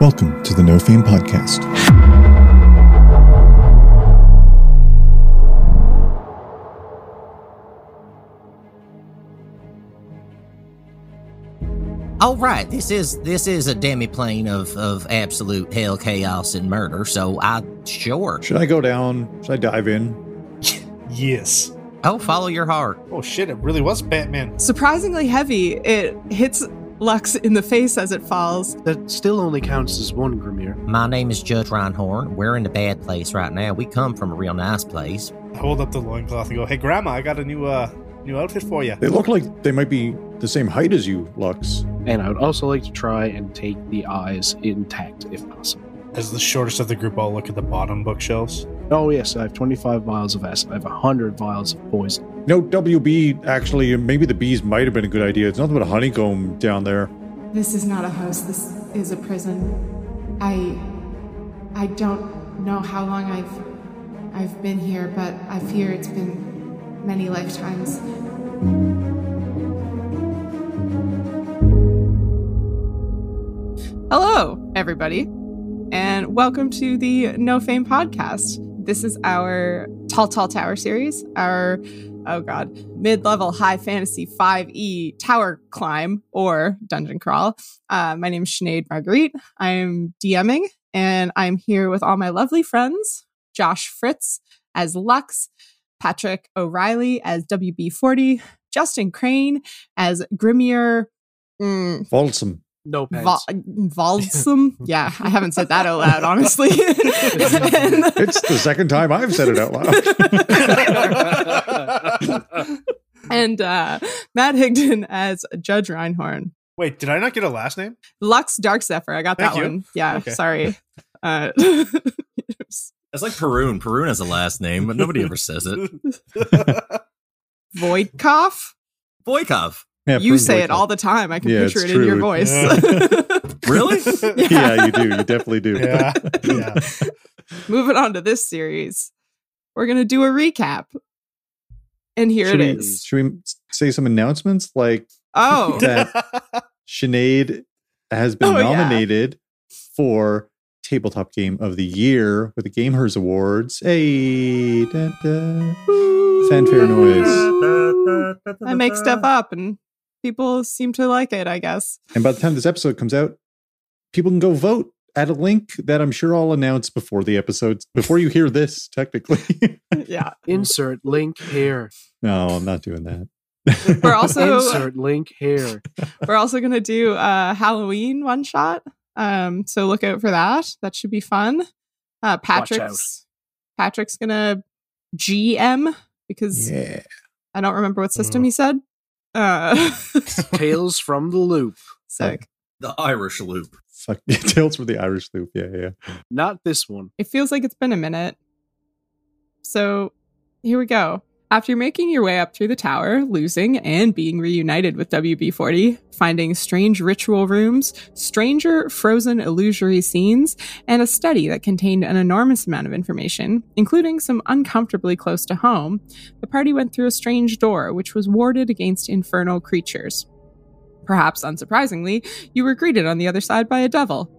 Welcome to the No Fame Podcast. Oh right, this is this is a demiplane of of absolute hell, chaos, and murder. So I sure. Should I go down? Should I dive in? Yes. Oh, follow your heart. Oh shit, it really was Batman. Surprisingly heavy, it hits Lux in the face as it falls. That still only counts as one Grimir. My name is Judge Reinhorn. We're in a bad place right now. We come from a real nice place. I hold up the loincloth and go, Hey grandma, I got a new uh new outfit for you. They look like they might be the same height as you, Lux. And I would also like to try and take the eyes intact if possible. As the shortest of the group, I'll look at the bottom bookshelves. Oh, yes, I have 25 vials of acid. I have 100 vials of poison. No, WB, actually, maybe the bees might have been a good idea. It's nothing but a honeycomb down there. This is not a house. This is a prison. I I don't know how long I've I've been here, but I fear it's been many lifetimes. Hello, everybody, and welcome to the No Fame podcast. This is our Tall Tall Tower series, our oh god, mid-level high fantasy 5e tower climb or dungeon crawl. Uh, my name's Sinead Marguerite. I'm DMing, and I'm here with all my lovely friends, Josh Fritz as Lux, Patrick O'Reilly as WB40, Justin Crane as Grimier. mm, Folsom. No Vol- Volsum? yeah, I haven't said that out loud, honestly. It's the second time I've said it out pants. and uh, Matt Higdon as Judge Reinhorn. Wait, did I not get a last name? Lux Dark Zephyr. I got Thank that you. one. Yeah, Okay. sorry. Uh, That's like Perun. Perun has a last name, but nobody ever says it. Voidkoff? Boykov. Yeah, you prove say like it that. all the time. I can Yeah, picture it's it in your true. voice. Really? Yeah, you do. You definitely do. yeah. Yeah. Moving on to this series, we're going to do a recap. And here should it we, is. Should we say some announcements like Oh, that Sinead has been Oh, yeah. nominated for Tabletop Game of the Year with the Gamehers Awards. Hey, da, da. fanfare noise. I make stuff up and people seem to like it, I guess. And by the time this episode comes out, people can go vote at a link that I'm sure I'll announce before the episodes, before you hear this, technically. Yeah. Insert link here. no, I'm not doing that. We're also Insert link here. We're also going to do a Halloween one shot. Um, so look out for that. That should be fun. Uh, Patrick's Patrick's going to GM because yeah. I don't remember what system he said. Uh, Tales from the loop. so The Irish loop. Fuck. Tales from the Irish Loop. Yeah, yeah. Not this one. It feels like it's been a minute. So here we go. After making your way up through the tower, losing and being reunited with WB 40, finding strange ritual rooms, stranger frozen illusory scenes, and a study that contained an enormous amount of information, including some uncomfortably close to home, the party went through a strange door which was warded against infernal creatures. Perhaps unsurprisingly, you were greeted on the other side by a devil.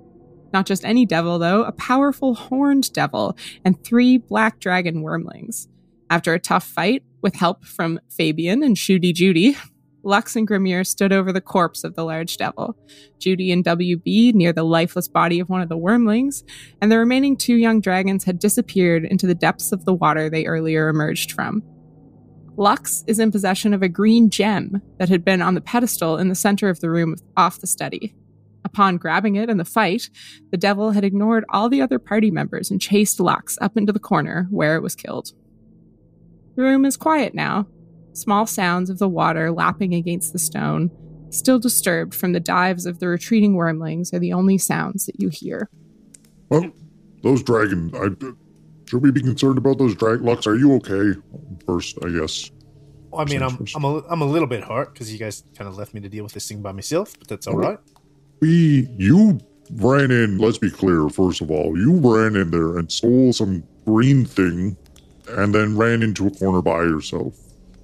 Not just any devil, though, a powerful horned devil and three black dragon wormlings. After a tough fight, with help from Fabian and Shooty Judy, Lux and Grimir stood over the corpse of the large devil, Judy and WB near the lifeless body of one of the wormlings, and the remaining two young dragons had disappeared into the depths of the water they earlier emerged from. Lux is in possession of a green gem that had been on the pedestal in the center of the room off the study. Upon grabbing it in the fight, the devil had ignored all the other party members and chased Lux up into the corner where it was killed. The room is quiet now, small sounds of the water lapping against the stone, still disturbed from the dives of the retreating wormlings, are the only sounds that you hear. Well, those dragon. I, should we be concerned about those dragon Lux? Are you okay? First, I guess. Well, I mean, I'm I'm a, I'm a little bit hurt because you guys kind of left me to deal with this thing by myself, but that's all right. We, you ran in. Let's be clear. First of all, you ran in there and stole some green thing, and then ran into a corner by yourself.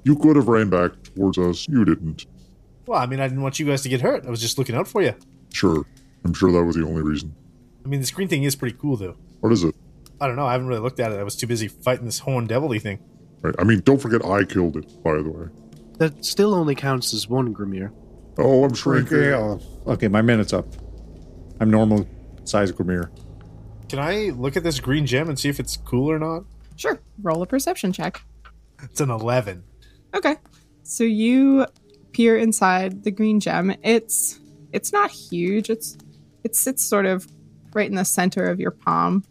You could have ran back towards us. You didn't. Well, I mean, I didn't want you guys to get hurt. I was just looking out for you. Sure, I'm sure that was the only reason. I mean, this green thing is pretty cool, though. What is it? I don't know. I haven't really looked at it. I was too busy fighting this horn devilly thing. Right. I mean, don't forget I killed it, by the way. That still only counts as one Grimir. Oh, I'm shrinking. Okay, my minute's up. I'm normal size Grimir. Can I look at this green gem and see if it's cool or not? Sure. Roll a perception check. It's an 11. Okay. So you peer inside the green gem. It's it's not huge. It's it sits sort of right in the center of your palm.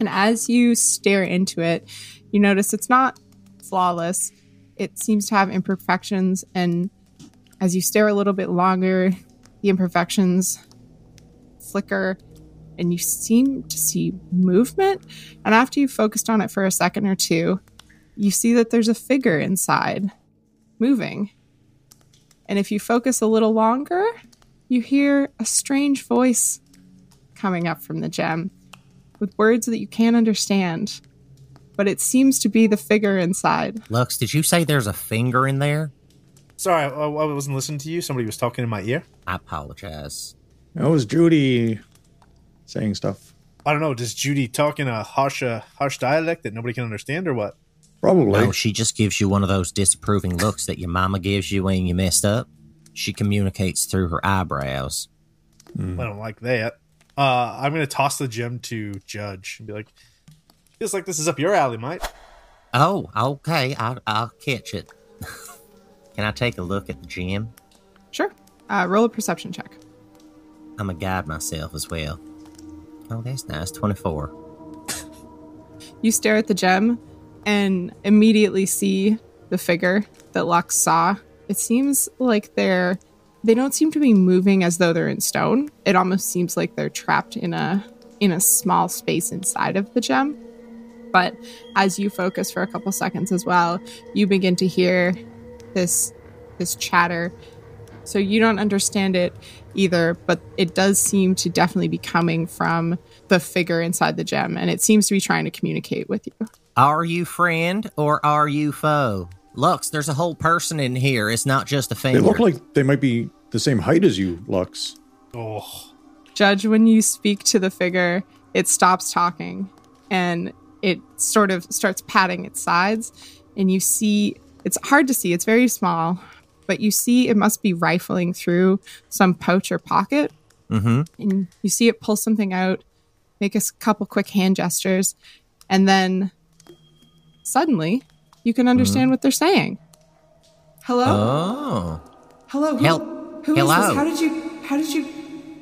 And as you stare into it, you notice it's not flawless. It seems to have imperfections and as you stare a little bit longer, the imperfections flicker and you seem to see movement. And after you focused on it for a second or two, you see that there's a figure inside moving. And if you focus a little longer, you hear a strange voice coming up from the gem with words that you can't understand. But it seems to be the figure inside. Lux, did you say there's a finger in there? Sorry, I, I wasn't listening to you. Somebody was talking in my ear. I apologize. That was Judy saying stuff. I don't know. Does Judy talk in a harsh, uh, harsh dialect that nobody can understand, or what? Probably. No, Oh, she just gives you one of those disapproving looks that your mama gives you when you messed up. She communicates through her eyebrows. Hmm. I don't like that. Uh, I'm gonna toss the gem to Judge and be like, "Feels like this is up your alley, mate." Oh, okay. I, I'll catch it. Can I take a look at the gym? Sure. Uh, roll a perception check. I'm a guide myself as well. Oh, that's nice. 24. You stare at the gem and immediately see the figure that Lux saw. It seems like they're they don't seem to be moving as though they're in stone. It almost seems like they're trapped in a in a small space inside of the gem. But as you focus for a couple seconds as well, you begin to hear this this chatter. So you don't understand it either, but it does seem to definitely be coming from the figure inside the gem and it seems to be trying to communicate with you. Are you friend or are you foe? Lux, there's a whole person in here. It's not just a They finger. look like they might be the same height as you, Lux. Oh, Judge, when you speak to the figure, it stops talking and it sort of starts patting its sides. And you see, it's hard to see, it's very small, but you see it must be rifling through some pouch or pocket. Mm-hmm. And you see it pull something out, make a s- couple quick hand gestures, and then suddenly you can understand what they're saying. Hello? Mm-hmm. Oh. Hello. Who, Hel- who is hello. this? How did you? How did you?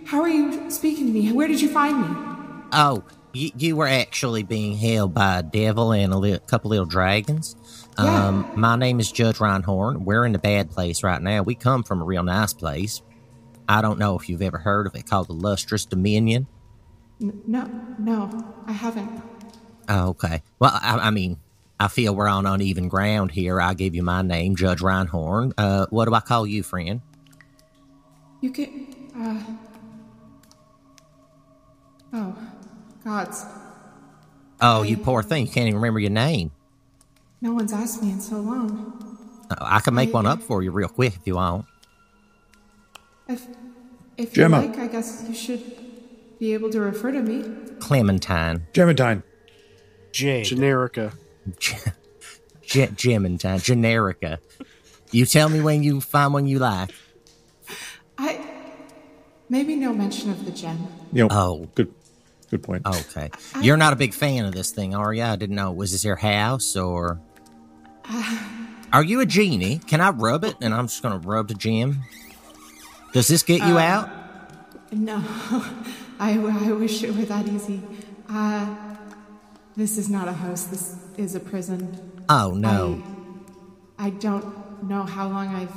How are you speaking to me? Where did you find me? Oh, you, you were actually being held by a devil and a li- couple little dragons. Um, my name is Judge Reinhorn. We're in a bad place right now. We come from a real nice place. I don't know if you've ever heard of it called the Lustrous Dominion. N- No, no, I haven't. Oh, okay. Well, I, I mean, I feel we're on uneven ground here. I give you my name, Judge Reinhorn. Uh, what do I call you, friend? You can. Uh, oh, gods! Oh, you poor thing. You can't even remember your name. No one's asked me in so long. Uh, I can make one up for you real quick if you want. If, if Gemma. you like, I guess you should be able to refer to me. Clementine. Gemintine. Jade. Generica. Ge- Gemintine. Generica. You tell me when you find one you like. I maybe no mention of the gem. You know, Oh. good, good point. Okay. You're not a big fan of this thing, are you? I didn't know. Was this your house or. Are you a genie? Can I rub it? And I'm just going to rub the gem. Does this get you out? No, I, w- I wish it were that easy. Uh, this is not a house, this is a prison. Oh, no. I, I don't know how long I've,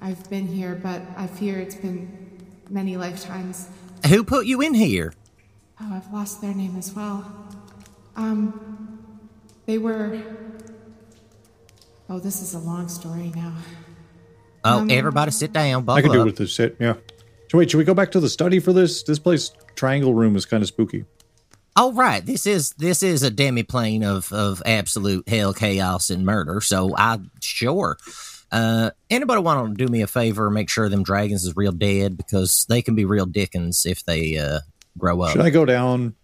I've been here, but I fear it's been many lifetimes. Who put you in here? Oh, I've lost their name as well. Um, they were. Oh, this is a long story now. Oh, everybody sit down. Buckle I can do up. with this hit. Yeah. So wait, should we go back to the study for this? This place triangle room is kind of spooky. Oh right, this is this is a demiplane of of absolute hell, chaos, and murder. So I sure. Uh, anybody want to do me a favor? and Make sure them dragons is real dead because they can be real dickens if they uh grow up. Should I go down?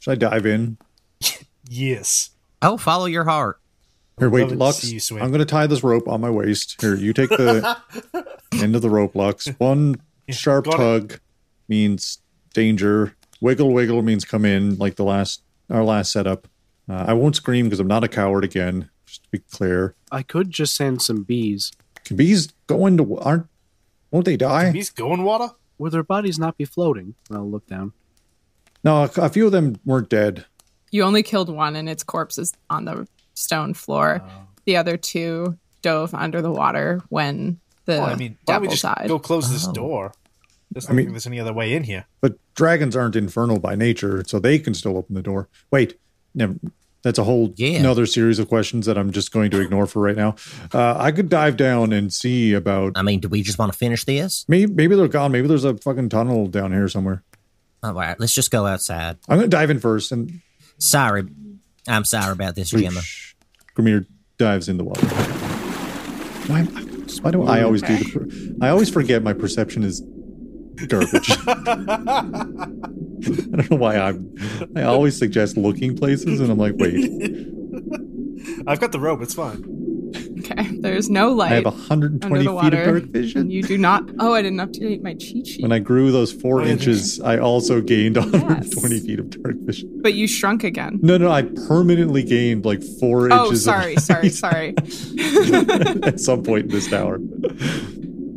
Should I dive in? Yes. Oh, follow your heart. Here, love wait, it to Lux. see you swim. I'm going to tie this rope on my waist. Here, you take the end of the rope, Lux. One sharp got it. tug means danger. Wiggle, wiggle means come in, like the last our last setup. Uh, I won't scream because I'm not a coward again. Just to be clear, I could just send some bees. Can bees go into aren't? Won't they die? He's going water? Will their bodies not be floating? And I'll look down. No, a, a few of them weren't dead. You only killed one, and its corpse is on the stone Oh. floor. The other two dove under the water when Uh, the Well, I mean, why don't devil we just died. go close this Oh. door? There's I not mean- there's any other way in here. But dragons aren't infernal by nature, so they can still open the door. Wait, never. That's a whole Yeah. another series of questions that I'm just going to ignore for right now. Uh, I could dive down and see about. I mean, do we just want to finish this? Maybe, maybe they're gone. Maybe there's a fucking tunnel down here somewhere. All right, let's just go outside. I'm gonna dive in first, and Sorry. I'm sorry about this, Gemma. Whoosh. Grimir dives in the water. Why, why do I always do the? per- I always forget my perception is garbage. I don't know why I'm. I always suggest looking places, and I'm like, wait, I've got the rope. It's fine. okay, there's no I have light. 120 Under the feet of water. dark vision. You do not. Oh, I didn't update my cheat sheet. when I grew those four Oh, yeah. inches, I also gained 120 feet of dark vision. but you shrunk again. No, no, I permanently gained like four Oh, inches. sorry, of sorry, sorry. at some point in this tower.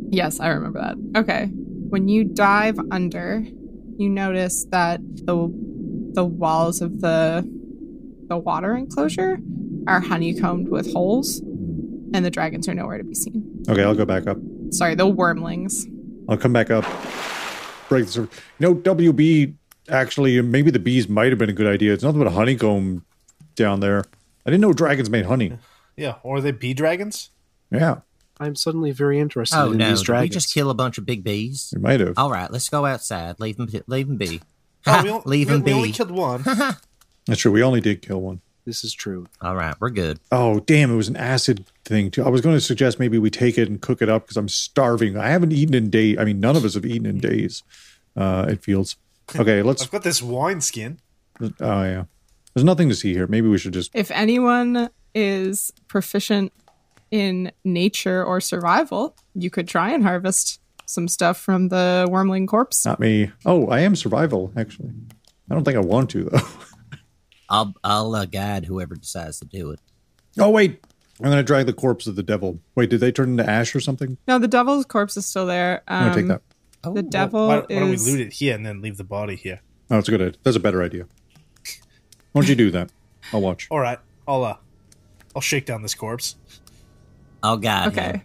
Yes, I remember that. Okay. When you dive under, you notice that the the walls of the the water enclosure are honeycombed with holes Hmm. and the dragons are nowhere to be seen. Okay, I'll go back up. Sorry, the wormlings. I'll come back up. Break the surface. You know, WB actually, maybe the bees might have been a good idea. It's nothing but a honeycomb down there. I didn't know dragons made honey. Yeah. Or are they bee dragons? Yeah, I'm suddenly very interested Oh, in no. these Did we dragons. just kill a bunch of big bees? they might have. All right, let's go outside. Leave them, leave them be. Oh, we, on- leave we- them we only be. killed one. That's true. We only did kill one. This is true. All right, we're good. Oh, damn. It was an acid thing, too. I was going to suggest maybe we take it and cook it up because I'm starving. I haven't eaten in days. I mean, none of us have eaten in Mm-hmm. days, uh, it feels. Okay, let's. I've got this wine skin. Oh, yeah. There's nothing to see here. Maybe we should just. If anyone is proficient in nature or survival, you could try and harvest some stuff from the wormling corpse. Not me. Oh, I am survival, actually. I don't think I want to, though. I'll, I'll uh, guide whoever decides to do it. Oh wait, I'm gonna drag the corpse of the devil. Wait, did they turn into ash or something? No, the devil's corpse is still there. I'm Um, gonna take that. Oh, The devil Why, why don't we is loot it here and then leave the body here? Oh, that's a good idea. That's a better idea. Why don't you do that? I'll watch. All right. I'll uh, I'll shake down this corpse. I'll guide Okay. him.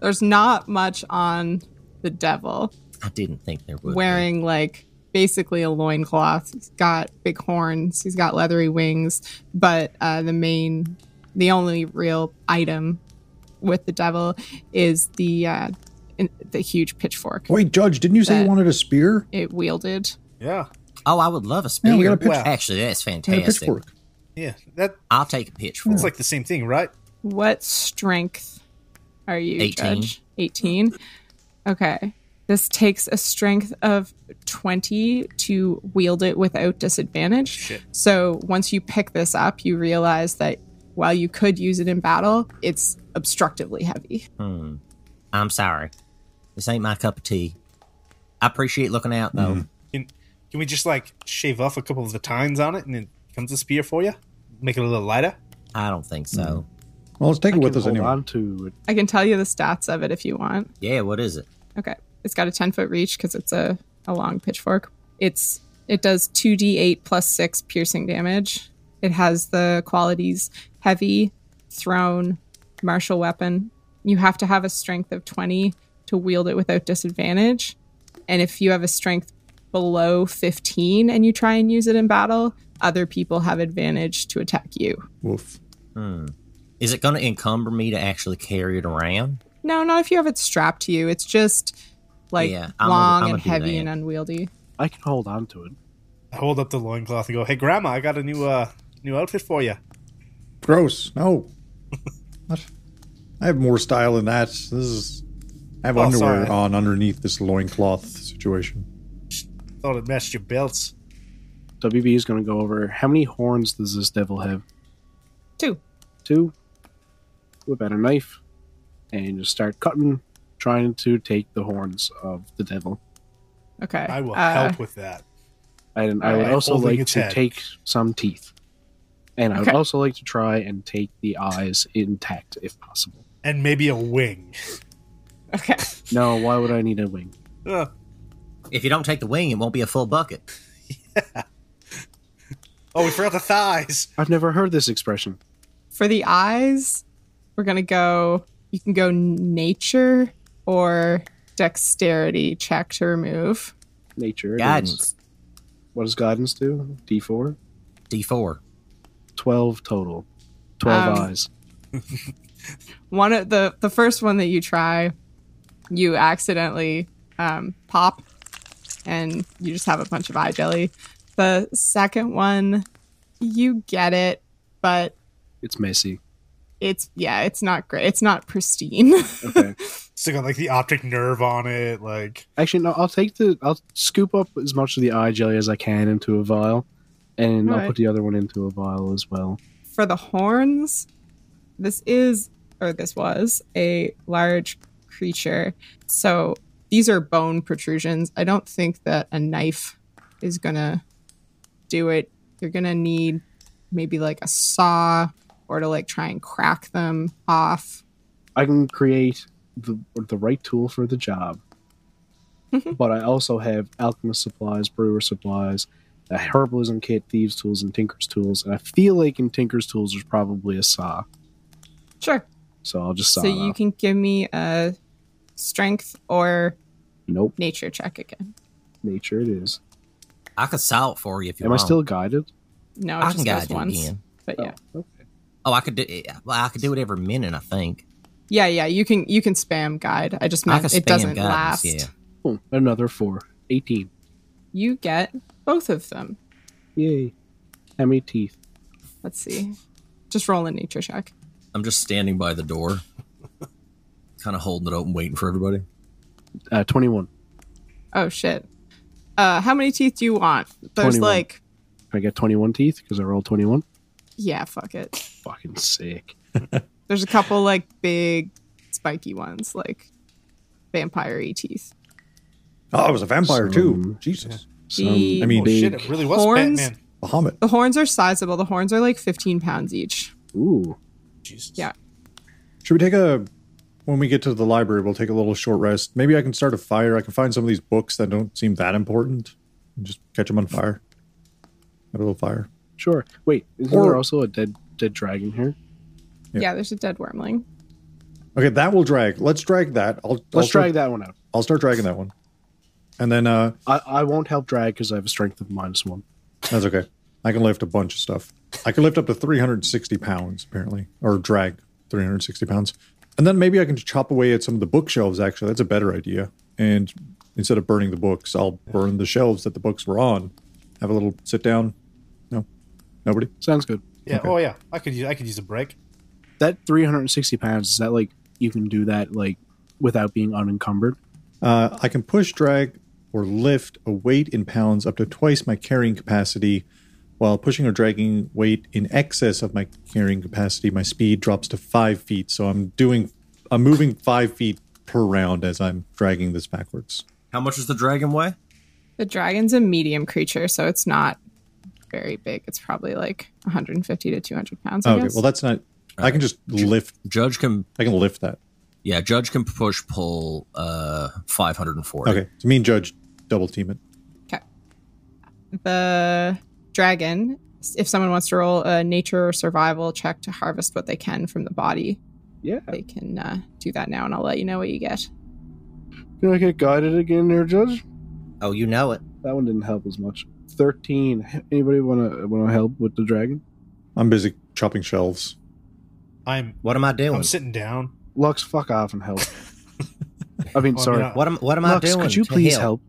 There's not much on the devil I didn't think there would. be. wearing like basically a loincloth. He's got big horns, he's got leathery wings, but uh, the main, the only real item with the devil is the uh, in- the huge pitchfork Wait, Judge, didn't you say That- you wanted a spear? it wielded. Yeah. Oh, I would love a spear. we got a pitch- Wow. Actually, that's And a fantastic. pitchfork. Yeah. That I'll take a pitchfork. it's like the same thing, right? What strength are you, 18. 18. Judge? 18. Okay. This takes a strength of 20 to wield it without disadvantage. Shit. So once you pick this up, you realize that while you could use it in battle, it's obstructively heavy. Hmm. I'm sorry. This ain't my cup of tea. I appreciate looking out, though. Can can we just like shave off a couple of the tines on it and it comes a spear for you? Make it a little lighter. I don't think so. Well, let's take I it can with us hold anyway. on to it. I can tell you the stats of it if you want. Yeah, what is it? Okay. It's got a 10 foot reach because it's a, a long pitchfork. It's It does 2d8 plus 6 piercing damage. It has the qualities heavy, thrown, martial weapon. You have to have a strength of 20 to wield it without disadvantage. And if you have a strength below 15 and you try and use it in battle, other people have advantage to attack you. Woof. Is it going to encumber me to actually carry it around? No, not if you have it strapped to you. It's just like Yeah, I'm gonna- long I'm gonna and do heavy that. and unwieldy. I can hold on to it. I hold up the loincloth and go, "Hey, Grandma, I got a new uh new outfit for you." Gross. No. what? I have more style than that. This is. I have Oh, underwear sorry. on underneath this loincloth situation. Thought it matched your belts. WB is going to go over. How many horns does this devil have? Two. Two. Whip out a knife and just start cutting, trying to take the horns of the devil. Okay. I will uh, help with that. And I would Alright, also holding like its to head. take some teeth. And I would Okay. also like to try and take the eyes intact if possible. And maybe a wing. Okay. No, why would I need a wing? Uh, If you don't take the wing, it won't be a full bucket. oh, we forgot the thighs. I've never heard this expression. For the eyes, we're gonna go. You can go nature or dexterity check to remove. Nature. it is. Guidance What does guidance do? D4? D4. 12 total. 12 Um, eyes. One of the the first one that you try, you accidentally um, pop, and you just have a bunch of eye jelly. The second one, you get it, but It's messy. it's yeah, it's not great. It's not pristine. Okay. Still got like the optic nerve on it. Like Actually, no, I'll take the. I'll scoop up as much of the eye jelly as I can into a vial, and I'll Alright. put the other one into a vial as well. for the horns, this is or this was a large creature. So these are bone protrusions. I don't think that a knife is gonna do it. You're gonna need maybe like a saw or to like try and crack them off. I can create the the right tool for the job, Mm-hmm. but I also have alchemist supplies, brewer supplies, a herbalism kit, thieves tools, and tinker's tools. And I feel like in tinker's tools there's probably a saw, Sure. so I'll just saw. So it you off. can give me a strength or Nope, nature check again. nature it is. I could saw it for you if you Am I want. still guided? No, it I can just guide goes you once. again. But yeah. Oh, okay. Oh, I could do. It. Well, I could do it every minute. I think. Yeah, yeah, you can you can spam guide. I just I meant could it spam doesn't guidance, last. Yeah. Cool. Another four. 18. you get both of them. Yay. How many teeth? Let's see. Just roll a nature check. I'm just standing by the door, kind of holding it open, waiting for everybody. Uh, 21. Oh shit. Uh, how many teeth do you want? There's 21. like, I got 21 teeth because I rolled 21. yeah, fuck it. Fucking sick. There's a couple like big, spiky ones, like vampire-y teeth. Oh, I was a vampire too. Some- Jesus. Some The I mean, oh shit, big- it really was horns? Batman. Bahamut. the horns are sizable. The horns are like 15 pounds each. Ooh. Jesus. Yeah. Should we take a when we get to the library, we'll take a little short rest. Maybe I can start a fire. I can find some of these books that don't seem that important and just catch them on fire. Have a little fire. Sure. Wait, isn't Or- there also a dead dead dragon here? Yeah. Yeah, there's a dead wormling. Okay, that will drag. Let's drag that. I'll I'll Let's start, drag that one out. I'll start dragging that one. And then uh I, I won't help drag because I have a strength of minus one. that's okay. I can lift a bunch of stuff. I can lift up to 360 pounds, apparently, or drag 360 pounds. And then maybe I can just chop away at some of the bookshelves, actually. That's a better idea. And instead of burning the books, I'll burn the shelves that the books were on. Have a little sit down. No, nobody. Sounds good. Yeah. Okay. Oh yeah. I could use. I could use a break. That 360 pounds, is that like you can do that like without being unencumbered? Uh, I can push, drag, or lift a weight in pounds up to twice my carrying capacity. While pushing or dragging weight in excess of my carrying capacity, my speed drops to five feet. So I'm doing, I'm moving five feet per round as I'm dragging this backwards. How much is the dragon weigh? The dragon's a medium creature, so it's not very big. It's probably like 150 to 200 pounds. I okay, guess. well that's not. I can just lift. Judge can. I can lift that. Yeah, judge can push pull uh 540. Okay, so me and Judge double team it. the dragon if someone wants to roll a nature or survival check to harvest what they can from the body Yeah. they can uh, do that now and i'll let you know what you get Can I get guided again there, Judge? Oh, you know it. That one didn't help as much. 13. Anybody wanna wanna help with the dragon? I'm busy chopping shelves. I'm. What am I doing? I'm sitting down. Lux, fuck off and help. I mean, Well, I sorry. mean, I- Oh, what am What am Lux, I doing? could you to please help?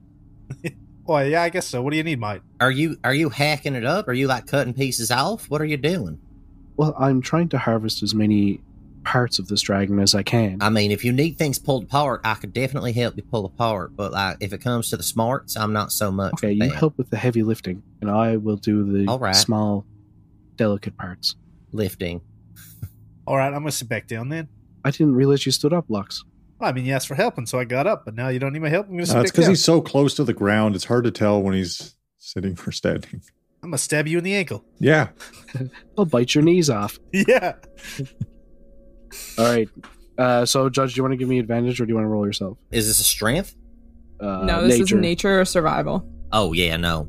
Oh yeah. I guess so. What do you need, Mike? Are you Are you hacking it up? Are you like cutting pieces off? What are you doing? Well, I'm trying to harvest as many parts of this dragon as I can. I mean, if you need things pulled apart, I could definitely help you pull apart. But like, if it comes to the smarts, I'm not so much. Okay, with you that. help with the heavy lifting, and I will do the All right. small, delicate parts. lifting. All right, I'm gonna sit back down then. I didn't realize you stood up, Lux. Well, I mean, you asked for help, and so I got up, but now you don't need my help. I'm gonna sit That's back because down. Uh, he's so close to the ground. It's hard to tell when he's sitting or standing. I'm gonna stab you in the ankle. Yeah. I'll bite your knees off. Yeah. All right. Uh, so, Judge, do you want to give me advantage or do you want to roll yourself? Is this a strength? Uh, no, this is nature or survival. Oh yeah, no.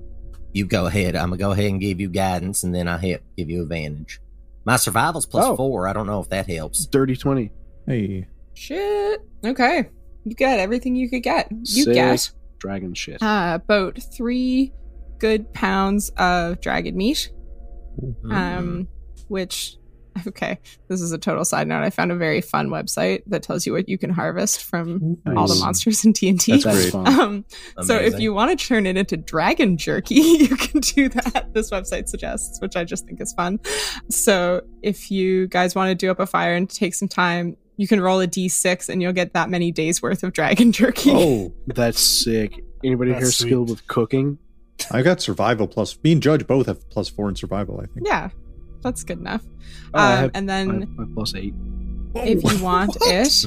You go ahead. I'm gonna go ahead and give you guidance, and then I help give you advantage. My survival's plus Oh. four. I don't know if that helps. Dirty 20. Hey. Shit. Okay. You got everything you could get. You Six get Dragon shit. uh, about three good pounds of dragon meat. Mm-hmm. Um, which okay, this is a total side note. I found a very fun website that tells you what you can harvest from all the Nice. monsters in TNT. That's, That's great. fun. Um, Mm-hmm. so if Amazing. you want to turn it into dragon jerky, you can do that. This website suggests, which I just think is fun. So if you guys want to do up a fire and take some time, you can roll a d6 and you'll get that many days worth of dragon jerky. Oh, That's sick. Anybody That's here sweet. skilled with cooking? I got survival plus. Me and Judge both have plus four in survival. I think. Yeah, that's good enough. Oh, I um, have- and I then have my plus eight. if you want it,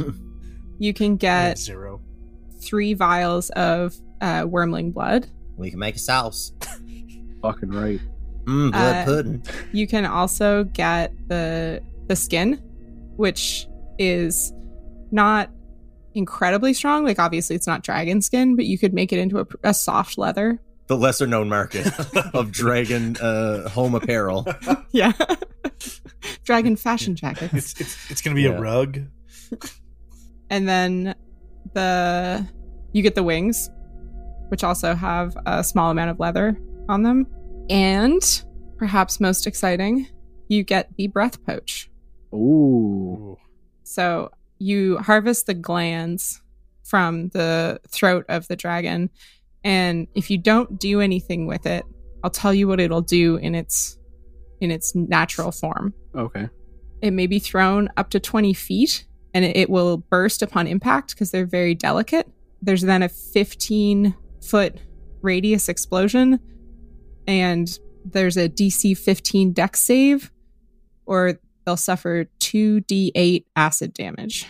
you can I have get zero. three vials of uh, wormling blood. we can make a sauce. Fucking right. Mm, blood Uh, pudding. You can also get the the skin, which is not incredibly strong. Like obviously, it's not dragon skin, but you could make it into a, a soft leather. The lesser known market of dragon uh, home apparel. Yeah, dragon fashion jackets, It's it's it's gonna be Yeah. a rug. and then the you get the wings, which also have a small amount of leather on them, and perhaps most exciting, you get the breath pouch. Ooh. Ooh. So you harvest the glands from the throat of the dragon. And if you don't do anything with it, I'll tell you what it'll do in its in its natural form. Okay. It may be thrown up to 20 feet and it, it will burst upon impact because they're very delicate. There's then a 15 foot radius explosion, and there's a DC 15 dex save, or they'll suffer 2d8 acid damage.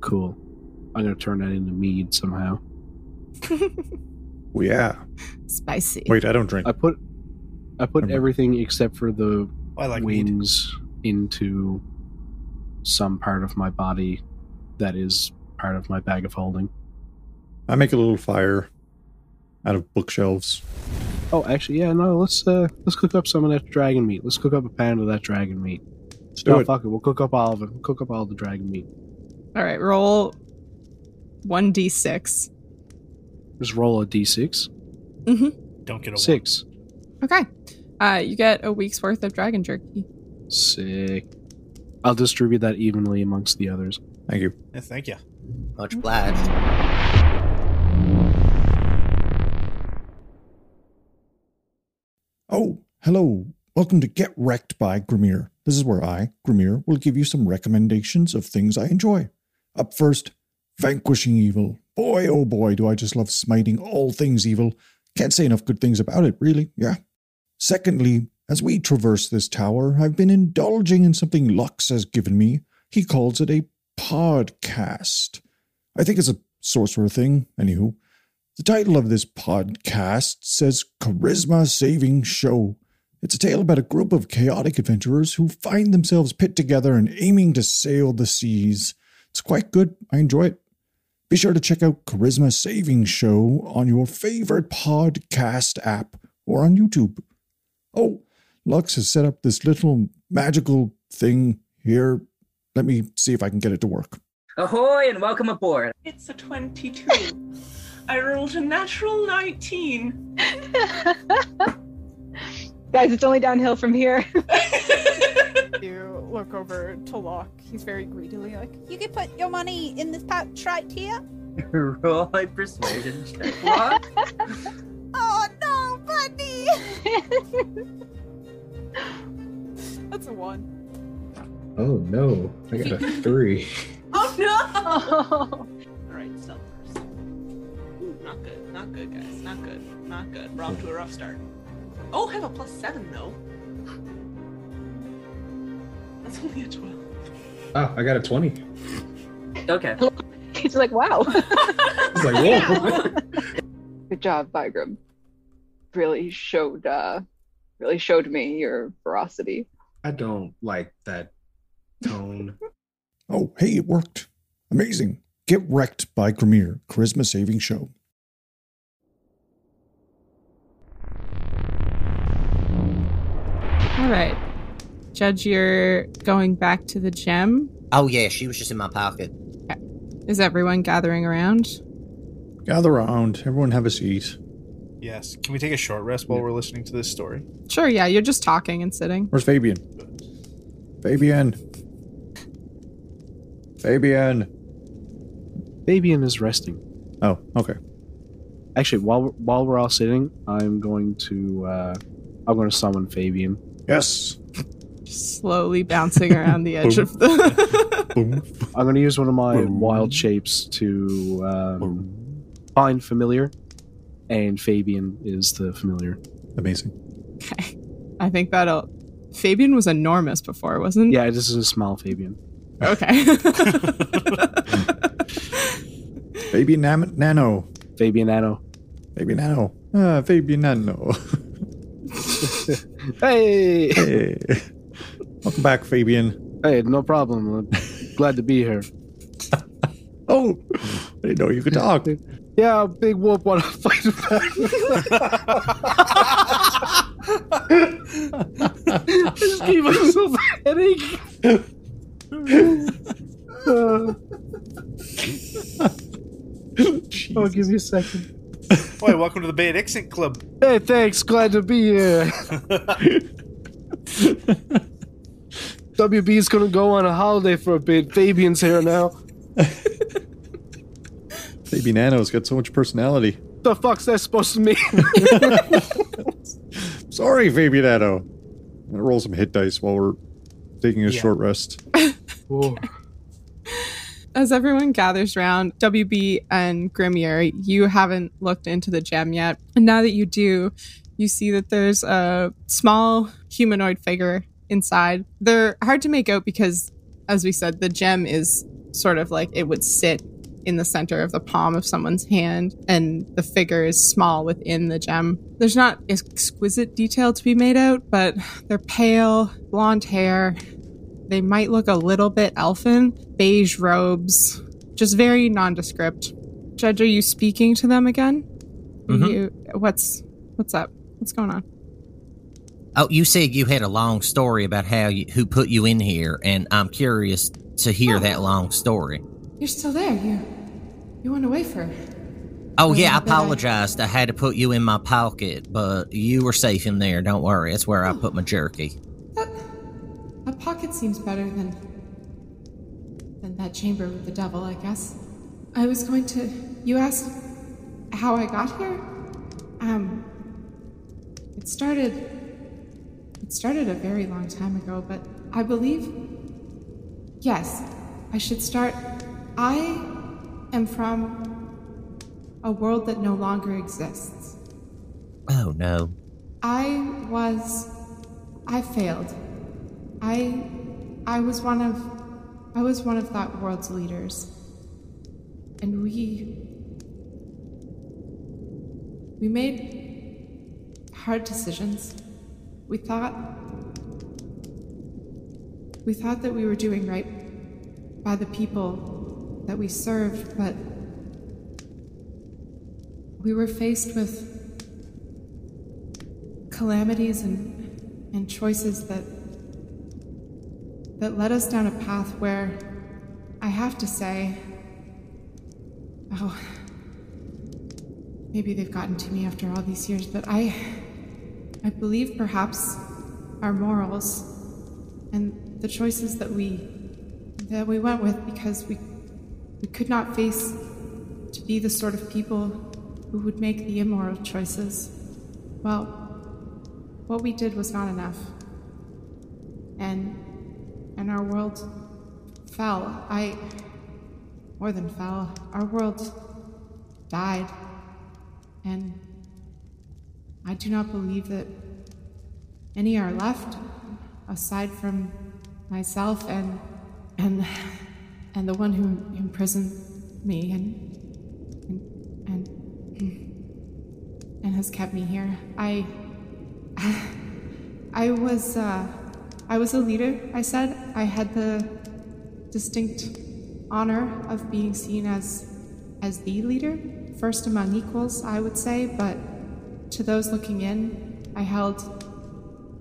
Cool. I'm gonna turn that into mead somehow. Well, yeah. Spicy. Wait, I don't drink. I put I put Remember. everything except for the I like mead. wings into some part of my body that is part of my bag of holding. I make a little fire out of bookshelves. Oh, actually, yeah, no. Let's uh, let's cook up some of that dragon meat. Let's cook up a pound of that dragon meat. Let's do No, it. fuck it. We'll cook up all of it. We'll cook up all the dragon meat. All right, roll 1d6. Just roll a d6. Don't get a one. Six. Okay. Uh, you get a week's worth of dragon jerky. Sick. I'll distribute that evenly amongst the others. Thank you. Yeah, thank you. Much obliged. Oh, hello. Welcome to Get Wrecked by Grimir. This is where I, Grimir, will give you some recommendations of things I enjoy. Up first, Vanquishing Evil. Boy, oh boy, do I just love smiting all things evil. Can't say enough good things about it, really, yeah. Secondly, as we traverse this tower, I've been indulging in something Lux has given me. He calls it a podcast. I think it's a sorcerer thing, anywho. The title of this podcast says Charisma Saving Show. It's a tale about a group of chaotic adventurers who find themselves pit together and aiming to sail the seas. It's quite good. I enjoy it. Be sure to check out Charisma Saving Show on your favorite podcast app or on YouTube. Oh, Lux has set up this little magical thing here. Let me see if I can get it to work. Ahoy and welcome aboard. It's a 22. I rolled a natural 19. Guys, it's only downhill from here. you look over to Locke. He's very greedily like, You can put your money in this pouch right here. Roll a persuasion check. What? Oh no, buddy! that's a one. Oh no, I got a three. Oh no! All right, stealth first. Ooh, not good. Not good, guys. Not good. Not good. We're off to a rough start. Oh, I have a plus seven though. That's only a twelve. Oh, I got a twenty. Okay. He's like, wow. It's like whoa. Good job, Vigram. Really showed uh really showed me your ferocity. I don't like that tone. Oh, hey, it worked. Amazing. Get wrecked by Grimir, charisma saving show. All right. Judge, you're going back to the gem. Oh yeah, she was just in my pocket. Is everyone gathering around? Gather around. Everyone have a seat. Yes. Can we take a short rest while we're listening to this story? Sure, yeah, you're just talking and sitting. Where's Fabian? Fabian. Fabian. Fabian is resting. Oh, okay. Actually, while we're, while we're all sitting, I'm going to uh, I'm going to summon Fabian. Yes. Slowly bouncing around the edge of the. I'm going to use one of my wild shapes to Oh, um, find familiar, and Fabian is the familiar. Amazing. okay. I think that'll. Fabian was enormous before, wasn't? Yeah, this is a small Fabian. Okay. Fabian Nam- Nano. Fabian Nano. Fabian Nano. Ah, Fabian Nano. hey. hey. Welcome back, Fabian. Hey, no problem. I'm glad to be here. Oh, I didn't know you could talk. Yeah, big whoop. What a fight about. I just gave myself a headache. Uh, oh, give me a second. Boy, welcome to the Bad Accent Club. Hey, thanks. Glad to be here. WB's gonna go on a holiday for a bit. Fabian's here now. Fabian Nano's got so much personality. The fuck's that supposed to mean? Sorry, Fabian Nano. I'm gonna roll some hit dice while we're taking a short rest. Oh, As everyone gathers round, WB and Grimier, you haven't looked into the gem yet. And now that you do, you see that there's a small humanoid figure inside. They're hard to make out because, as we said, the gem is sort of like it would sit in the center of the palm of someone's hand, and the figure is small within the gem. There's not exquisite detail to be made out, but they're pale, blonde hair, they might look a little bit elfin, beige robes, just very nondescript. Judge, are you speaking to them again? Are Mhm. You, what's what's up? What's going on? Oh, you said you had a long story about how you, who put you in here, and I'm curious to hear that long story. You're still there. You you went away for Oh Well, yeah, I but I- apologized. I had to put you in my pocket, but you were safe in there. Don't worry, that's where I put my jerky. a pocket seems better than than that chamber with the devil, I guess. I was going to you asked how I got here? Um it started it started a very long time ago, but I believe yes, I should start I am from a world that no longer exists. Oh no. I was I failed. I I was one of I was one of that world's leaders. And we we made hard decisions. We thought we thought that we were doing right by the people that we served, but we were faced with calamities and, and choices that that led us down a path where I have to say oh maybe they've gotten to me after all these years but I I believe perhaps our morals and the choices that we that we went with because we we could not face to be the sort of people who would make the immoral choices well what we did was not enough. And and our world fell. I. More than fell. Our world died. And I do not believe that any are left aside from myself and and and the one who imprisoned me and and and, and has kept me here. I I was uh, I was a leader. I said I had the distinct honor of being seen as as the leader, first among equals, I would say. But to those looking in, I held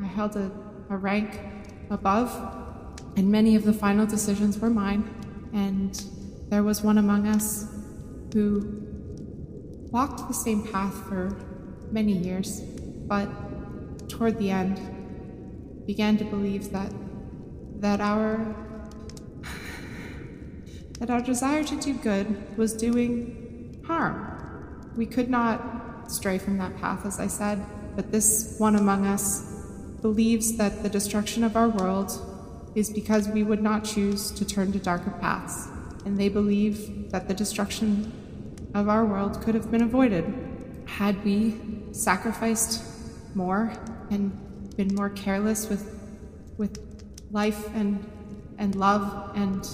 I held a, a rank above, and many of the final decisions were mine. And there was one among us who walked the same path for many years, but toward the end began to believe that that our that our desire to do good was doing harm. We could not stray from that path, as I said, but this one among us believes that the destruction of our world is because we would not choose to turn to darker paths, and they believe that the destruction of our world could have been avoided had we sacrificed more and been more careless with with life and and love and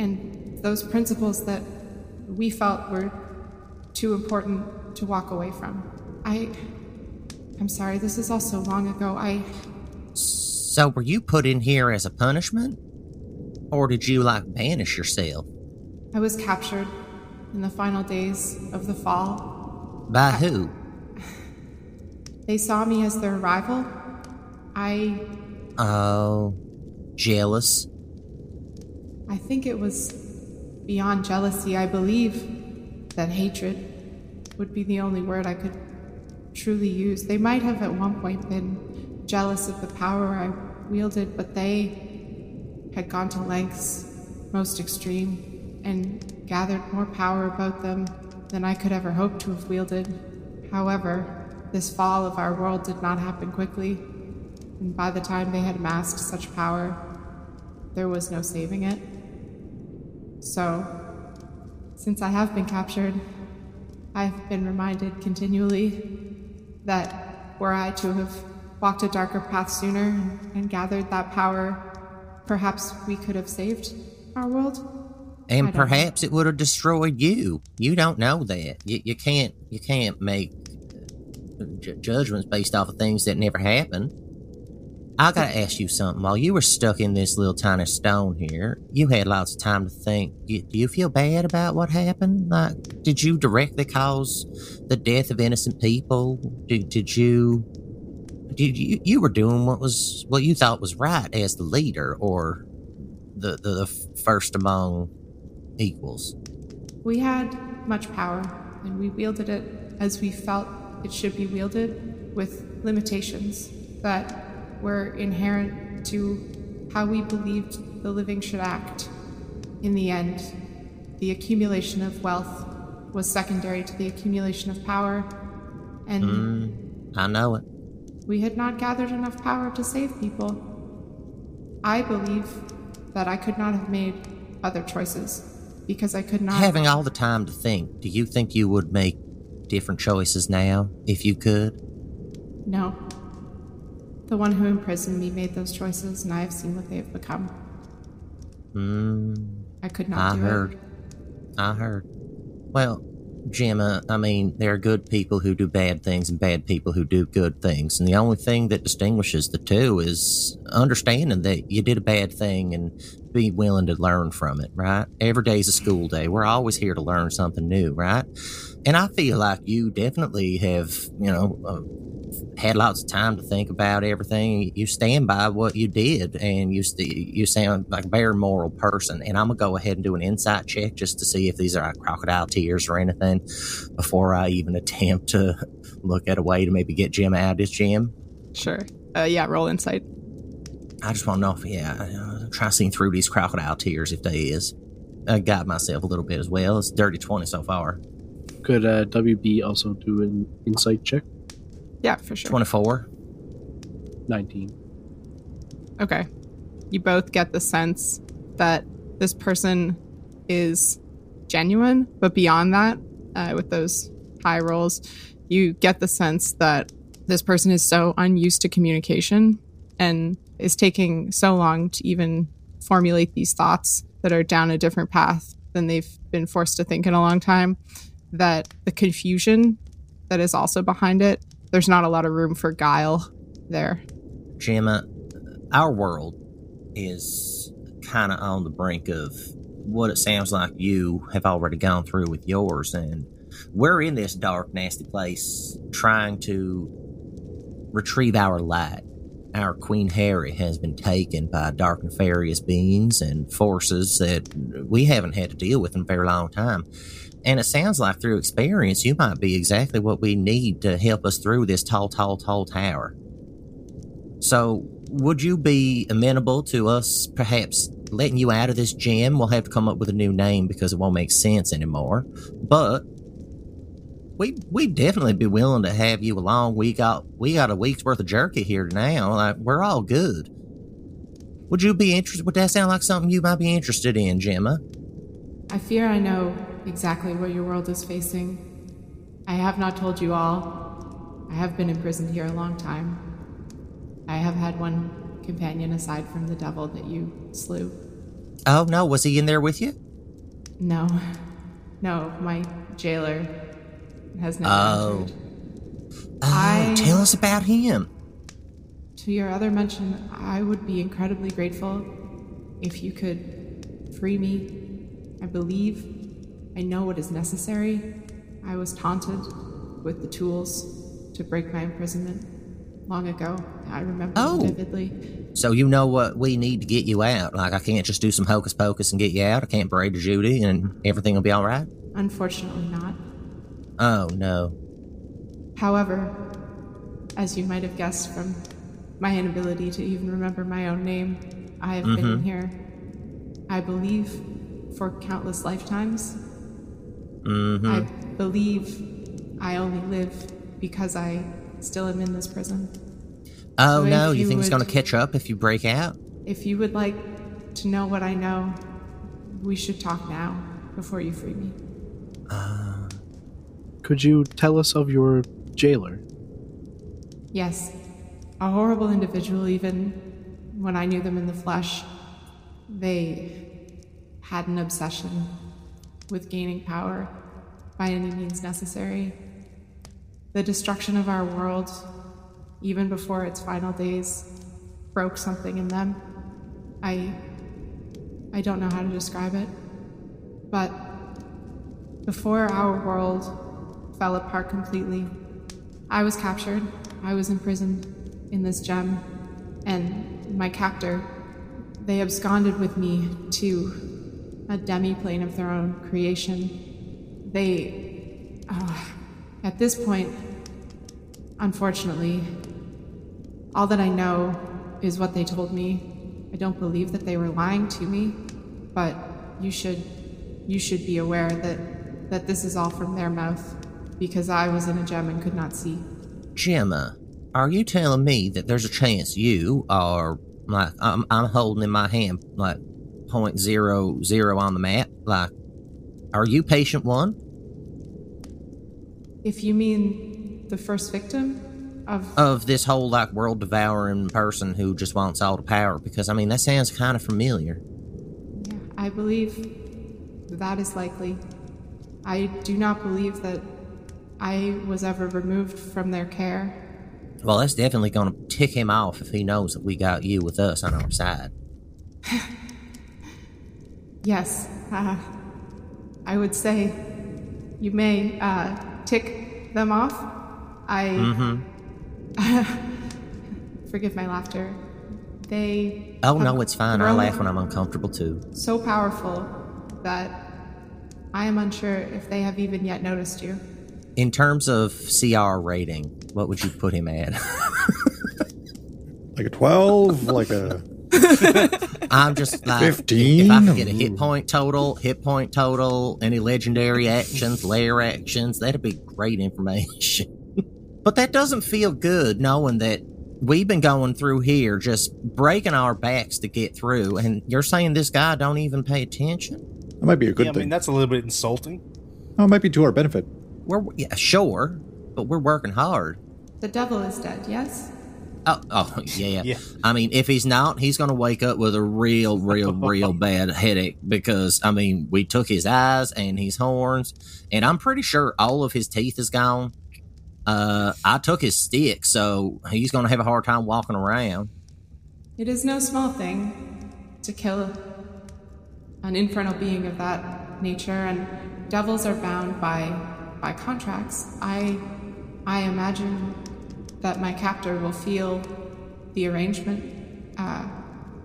and those principles that we felt were too important to walk away from. I I'm sorry, this is all so long ago. I So were you put in here as a punishment? Or did you like banish yourself? I was captured in the final days of the fall. By who? They saw me as their rival. I Oh, jealous. I think it was beyond jealousy. I believe that hatred would be the only word I could truly use. They might have at one point been jealous of the power I wielded, but they had gone to lengths most extreme and gathered more power about them than I could ever hope to have wielded. However, this fall of our world did not happen quickly, and by the time they had amassed such power, there was no saving it. So, since I have been captured, I've been reminded continually that were I to have walked a darker path sooner and gathered that power, perhaps we could have saved our world. I And don't know. perhaps it would have destroyed you. You don't know that. You, you can't you can't make j- judgments based off of things that never happened. I gotta ask you something. While you were stuck in this little tiny stone here, you had lots of time to think. You, do you feel bad about what happened? Like, did you directly cause the death of innocent people? Did, did you? Did you? You were doing what was what you thought was right as the leader, or the the, the first among equals. We had much power, and we wielded it as we felt it should be wielded, with limitations that were inherent to how we believed the living should act. In the end, the accumulation of wealth was secondary to the accumulation of power, and Mm, I know it. we had not gathered enough power to save people. I believe that I could not have made other choices because I could not. Having all the time to think, do you think you would make different choices now if you could? No. The one who imprisoned me made those choices, and I have seen what they have become. Mm, I could not I do heard. it. I heard. Well, Gemma, I mean, there are good people who do bad things and bad people who do good things. And the only thing that distinguishes the two is understanding that you did a bad thing and be willing to learn from it, right? Every day's a school day. We're always here to learn something new, right? And I feel like you definitely have, you know, uh, had lots of time to think about everything. You stand by what you did, and you st- you sound like a very moral person. And I'm gonna go ahead and do an insight check just to see if these are like crocodile tears or anything before I even attempt to look at a way to maybe get Jim out of this gym. Sure. Uh, yeah, roll insight. I just want to know if yeah, uh, try seeing through these crocodile tears if they is. I got myself a little bit as well. It's dirty twenty so far. Could uh, WB also do an insight check? Yeah, for sure. Twenty four. 19. Okay. you both get the sense that this person is genuine, but beyond that, uh, with those high rolls, you get the sense that this person is so unused to communication and is taking so long to even formulate these thoughts that are down a different path than they've been forced to think in a long time that the confusion that is also behind it, there's not a lot of room for guile there. Gemma, our world is kind of on the brink of what it sounds like you have already gone through with yours. And we're in this dark, nasty place trying to retrieve our light. Our Queen Harry has been taken by dark, nefarious beings and forces that we haven't had to deal with in a very long time. And it sounds like through experience, you might be exactly what we need to help us through this tall, tall, tall tower. So, would you be amenable to us perhaps letting you out of this gym? We'll have to come up with a new name because it won't make sense anymore. But we we definitely be willing to have you along. We got we got a week's worth of jerky here now. Like we're all good. Would you be interested? Would that sound like something you might be interested in, Gemma? I fear I know exactly what your world is facing. I have not told you all. I have been imprisoned here a long time. I have had one companion aside from the devil that you slew. Oh no, was he in there with you? No. No, my jailer has never Oh. entered. Oh, I- tell us about him. To your other mention, I would be incredibly grateful if you could free me. I believe I know what is necessary. I was taunted with the tools to break my imprisonment long ago. I remember Oh. vividly. So you know what we need to get you out. Like I can't just do some hocus pocus and get you out. I can't braid Judy and everything will be all right. Unfortunately, not. Oh no. However, as you might have guessed from my inability to even remember my own name, I have been Mhm. here, I believe, for countless lifetimes. Mm-hmm. I believe I only live because I still am in this prison. oh so no, if you you think he's would- gonna catch up if you break out? If you would like to know what I know, we should talk now before you free me. Could you tell us of your jailer? Yes, a horrible individual, even when I knew them in the flesh. They had an obsession with gaining power by any means necessary. The destruction of our world, even before its final days, broke something in them. I. I don't know how to describe it, but before our world fell apart completely, I was captured. I was imprisoned in this gem, and my captor, they absconded with me to a demi-plane of their own creation. They, ah, at this point, unfortunately, all that I know is what they told me. I don't believe that they were lying to me, but you should, you should be aware that that this is all from their mouth, because I was in a gem and could not see. Gemma, are you telling me that there's a chance you are like I'm, I'm holding in my hand like point zero zero on the map? Like, are you patient one? If you mean the first victim of of this whole like world devouring person who just wants all the power because I mean that sounds kind of familiar. I believe that is likely. I do not believe that I was ever removed from their care. Well, that's definitely going to tick him off if he knows that we got you with us on our side. Yes, uh, I would say you may uh, tick them off. I. Mm-hmm. forgive my laughter. They. Oh have no, it's fine. I grown laugh when I'm uncomfortable too. So powerful that I am unsure if they have even yet noticed you. In terms of CR rating, what would you put him at? Like a 12, like a. I'm just like 15? If I could get a hit point total, hit point total, any legendary actions, layer actions, that'd be great information. but that doesn't feel good knowing that we've been going through here, just breaking our backs to get through, and you're saying this guy don't even pay attention? That might be a good yeah, I thing. mean, that's a little bit insulting. oh, it might be to our benefit. We're yeah, sure, but we're working hard. The devil is dead, yes? Oh, oh yeah. I mean, if he's not, he's going to wake up with a real, real, real bad headache because, I mean, we took his eyes and his horns, and I'm pretty sure all of his teeth is gone. Uh, I took his stick, so he's going to have a hard time walking around. It is no small thing to kill an infernal being of that nature, and devils are bound by by contracts. I I imagine that my captor will feel the arrangement uh,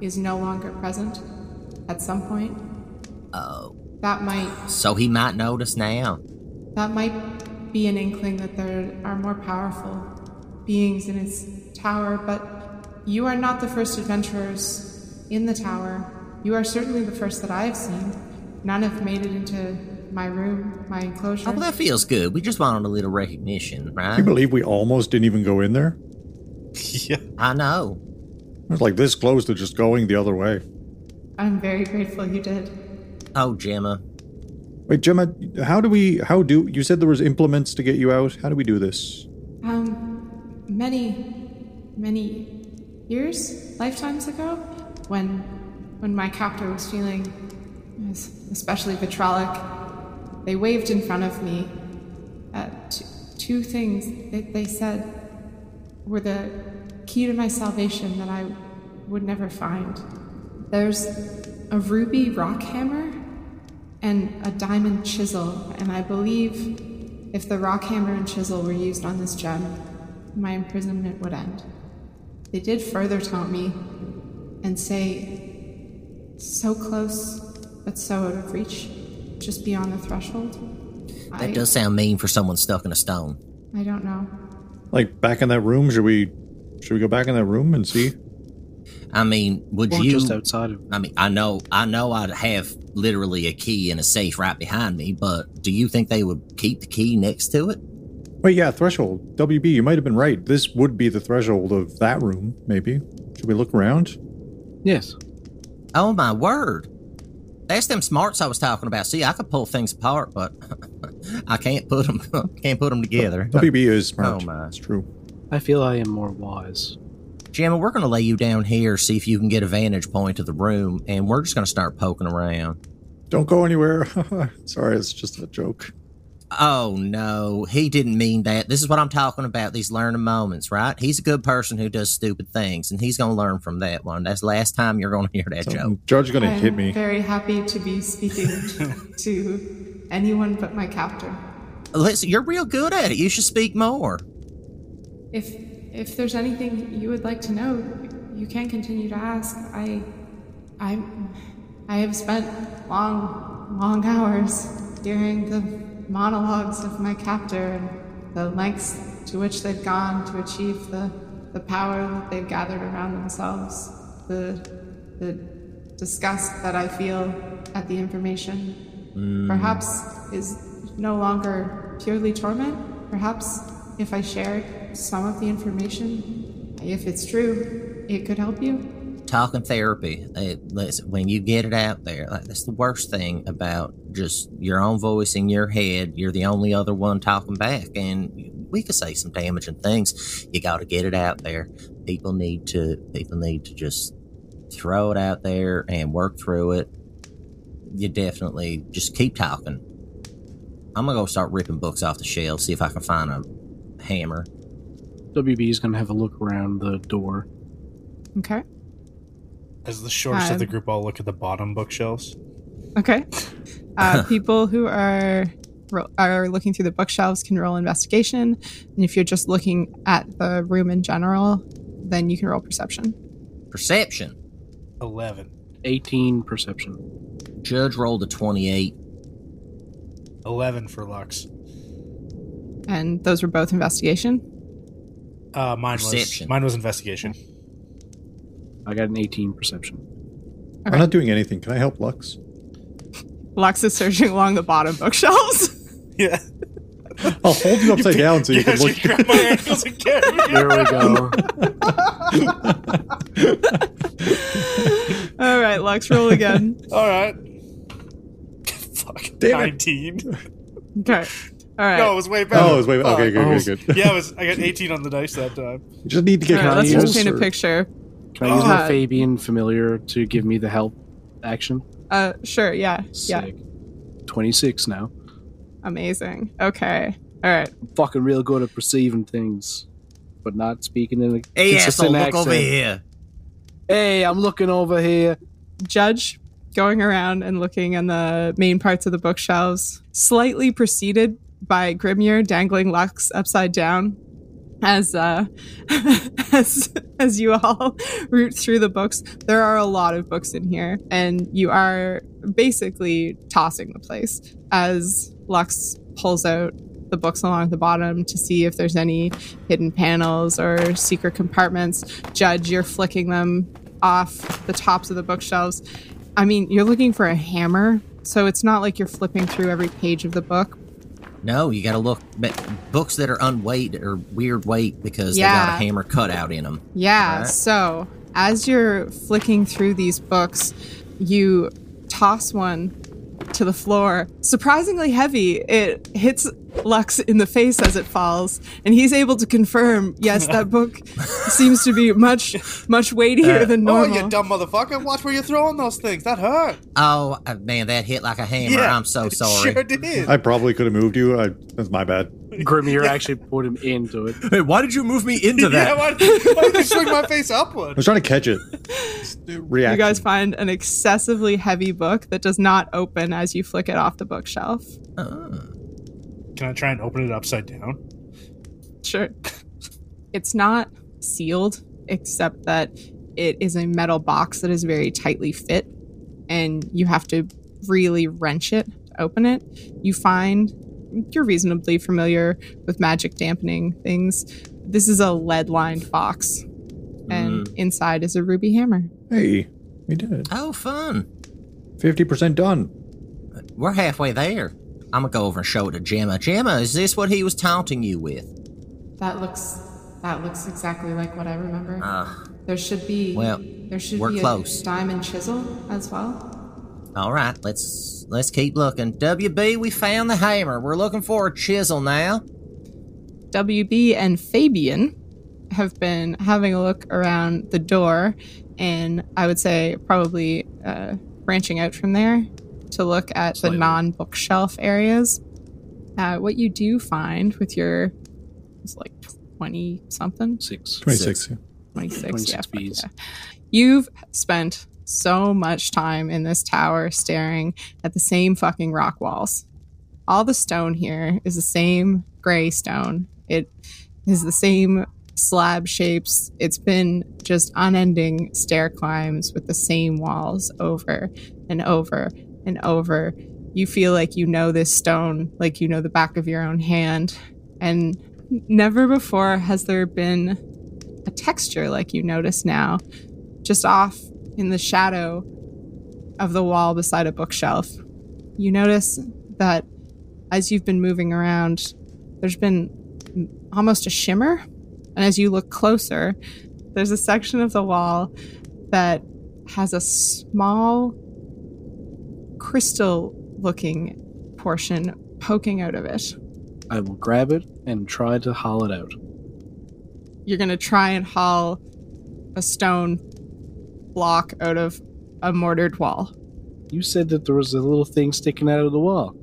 is no longer present at some point. Oh. That might So he might notice now. that might be an inkling that there are more powerful beings in its tower, but you are not the first adventurers in the tower. You are certainly the first that I have seen. None have made it into my room, my enclosure. Oh, well, that feels good. We just wanted a little recognition, right? Can you believe we almost didn't even go in there? Yeah. I know. It was like this close to just going the other way. I'm very grateful you did. Oh, Gemma. Wait, Gemma, how do we? How do you said there was implements to get you out? How do we do this? Um, many, many years, lifetimes ago, when when my captor was feeling es- especially vitrolic, they waved in front of me. Uh, t- two things that they said were the key to my salvation that I would never find. There's a ruby rock hammer and a diamond chisel, and I believe if the rock hammer and chisel were used on this gem, my imprisonment would end. They did further taunt me and say, so close, but so out of reach, just beyond the threshold. I, That does sound mean for someone stuck in a stone. I don't know. Like back in that room? Should we? Should we go back in that room and see? I mean, would Or you just outside of? I mean, I know, I know, I'd have literally a key in a safe right behind me, but do you think they would keep the key next to it? Wait, yeah, threshold. WB, you might have been right. This would be the threshold of that room. Maybe. Should we look around? Yes. Oh my word! That's them smarts I was talking about. See, I could pull things apart, but I can't put them can't put them together. WB is smart. Oh my. It's true. I feel I am more wise. Jamma, we're going to lay you down here, see if you can get a vantage point of the room, and we're just going to start poking around. Don't go anywhere. Sorry, it's just a joke. Oh no, he didn't mean that. This is what I'm talking about. These learning moments, right? He's a good person who does stupid things, and he's gonna learn from that one. That's the last time you're gonna hear that joke. Judge gonna I'm very happy to be speaking to anyone but my captor. Listen, you're real good at it. You should speak more. If if there's anything you would like to know, you can continue to ask. I I I have spent long long hours hearing the monologues of my captor and the lengths to which they've gone to achieve the the power that they've gathered around themselves. The the disgust that I feel at the information Mm. perhaps is no longer purely torment. Perhaps if I shared some of the information, if it's true, it could help you. Talking therapy. It, listen, when you get it out there, like, that's the worst thing about just your own voice in your head. You're the only other one talking back, and we could say some damaging things. You got to get it out there. People need to. People need to just throw it out there and work through it. You definitely just keep talking. I'm gonna go start ripping books off the shelves, see if I can find a hammer. WB is going to have a look around the door. Okay. As the shortest Um, of the group, I'll look at the bottom bookshelves. Okay. Uh, people who are ro- are looking through the bookshelves can roll investigation, and if you're just looking at the room in general, then you can roll perception. Perception. 11. 18 perception. Judge rolled a 28. 11 for Lux. And those were both investigation. Uh, mine was Perception. mine was investigation. I got an 18 perception. I'm not doing anything. Can I help Lux? Lux is searching along the bottom bookshelves. yeah. I'll hold you upside down so you can Yes, look. you grab my ankles again. There we go. All right, Lux, roll again. All right. Fuck. Damn it. 19. Okay. All right. No, it was way better. Oh, it was way- Fuck. okay, good, I was- good, good. Yeah, it was, I got 18 on the dice that time. You just need to get All right, let's Can I just paint a use- picture. Can I use my Uh, Fabian familiar to give me the help action? Uh, sure. Yeah. Yeah. Sick. 26 now. Amazing. Okay. All right. Fucking real good at perceiving things, but not speaking in a Hey, consistent asshole, look accent. over here. Hey, I'm looking over here. Judge going around and looking in the main parts of the bookshelves, slightly preceded by Grimure dangling Lux upside down as uh as as you all root through the books there are a lot of books in here and you are basically tossing the place as lux pulls out the books along the bottom to see if there's any hidden panels or secret compartments judge you're flicking them off the tops of the bookshelves i mean you're looking for a hammer so it's not like you're flipping through every page of the book No, you got to look but books that are unweight or weird weight because they Yeah. got a hammer cut out in them. Yeah. Alright. So as you're flicking through these books, you toss one to the floor. Surprisingly heavy, it hits Lux in the face as it falls, and he's able to confirm, yes, that book seems to be much, much weightier Uh, than oh, normal. you Dumb motherfucker, watch where you're throwing those things. That hurt. Oh uh, man, that hit like a hammer. Yeah, I'm so sorry. Sure did. I probably could have moved you. I, that's my bad. Grimir actually put him into it. Hey, why did you move me into yeah, why, why did you swing my face I upward? was trying to catch it. You React. guys find an excessively heavy book that does not open as you flick it off the bookshelf. Can I try and open it upside down? Sure. It's not sealed, except that it is a metal box that is very tightly fit, and you have to really wrench it to open it. You find you're reasonably familiar with magic dampening things. This is a lead lined box, Mm. and inside is a ruby hammer. Hey, we did it. Oh, fun. 50% done. We're halfway there. I'm gonna go over and show it to Gemma. Gemma, is this what he was taunting you with? That looks that looks exactly like what I remember. Ah. there should be Well, there should we're be close. a diamond chisel as well. All right, let's let's keep looking. WB, we found the hammer. We're looking for a chisel now. WB and Fabian have been having a look around the door, and I would say probably uh, branching out from there to look at the non bookshelf areas. Uh, what you do find with your, it's like 20 something? Six. 26. yeah. 26, 26 yeah, fuck bees. yeah. You've spent so much time in this tower staring at the same fucking rock walls. All the stone here is the same gray stone. It is the same slab shapes. It's been just unending stair climbs with the same walls over and over and over. You feel like you know this stone, like you know the back of your own hand. And never before has there been a texture like you notice now, just off in the shadow of the wall beside a bookshelf. You notice that as you've been moving around, there's been m- almost a shimmer. And as you look closer, there's a section of the wall that has a small crystal looking portion poking out of it. I will grab it and try to haul it out. you're gonna try and haul a stone block out of a mortared wall. You said that there was a little thing sticking out of the wall.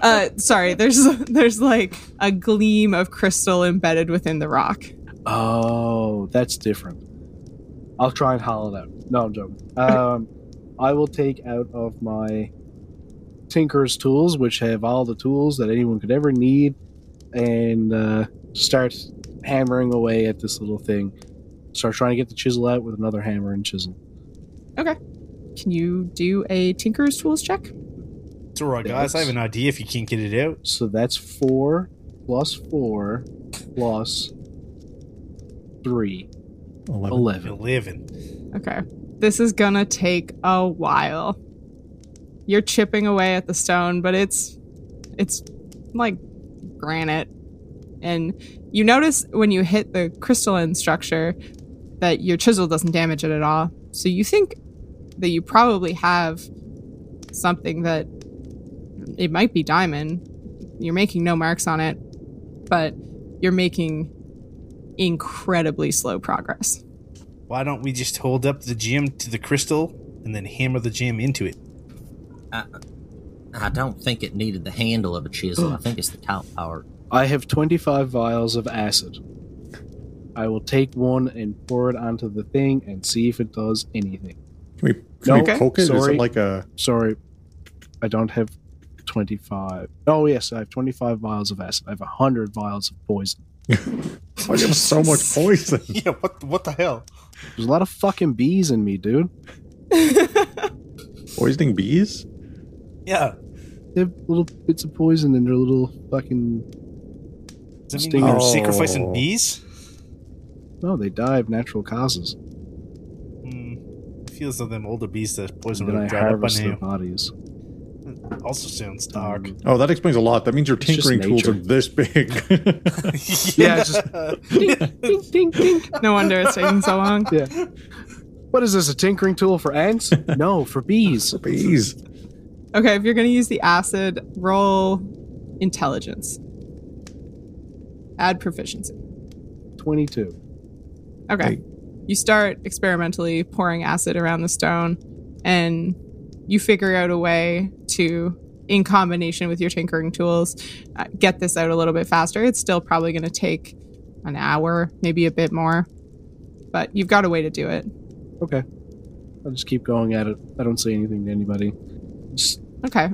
Uh, sorry, there's there's like a gleam of crystal embedded within the rock. Oh, that's different. I'll try and haul it out. No, I'm joking. Um, I will take out of my tinker's tools, which have all the tools that anyone could ever need, and uh, start hammering away at this little thing. Start trying to get the chisel out with another hammer and chisel. Okay, can you do a tinker's tools check? It's all right, guys. I have an idea if you can't get it out. So that's four plus four plus three. Eleven. Oh, Eleven. 11. Okay, this is gonna take a while. You're chipping away at the stone, but it's it's like granite. And you notice when you hit the crystalline structure that your chisel doesn't damage it at all. So you think that you probably have something that it might be diamond. You're making no marks on it, but you're making incredibly slow progress. Why don't we just hold up the gem to the crystal and then hammer the gem into it? I, I don't think it needed the handle of a chisel. I think it's the top part. I have 25 vials of acid. I will take one and pour it onto the thing and see if it does anything. Can we, can we poke it? Is it like a- Sorry. I don't have 25. Oh, yes, I have 25 vials of acid. I have 100 vials of poison. I have so much poison. Yeah, what, what the hell? There's a lot of fucking bees in me, dude. Poisoning bees? Yeah. They have little bits of poison in their little fucking. Does that mean you're stingers. sacrificing bees? No, they die of natural causes. It Hmm. feels like them older bees that poison And then would I dried up by harvest their now. bodies. Also sounds dark. Oh, that explains a lot. That means your just tinkering tools nature. are this big. Yeah, it's just- Ding, ding, ding. No wonder it's taking so long. Yeah. What is this? A tinkering tool for ants? No, for bees. bees. Okay, if you're going to use the acid, roll intelligence. Add proficiency. 22. Okay. You start experimentally pouring acid around the stone, and you figure out a way to, in combination with your tinkering tools, uh, get this out a little bit faster. It's still probably going to take an hour, maybe a bit more, but you've got a way to do it. Okay. I'll just keep going at it. I don't say anything to anybody. Just Okay.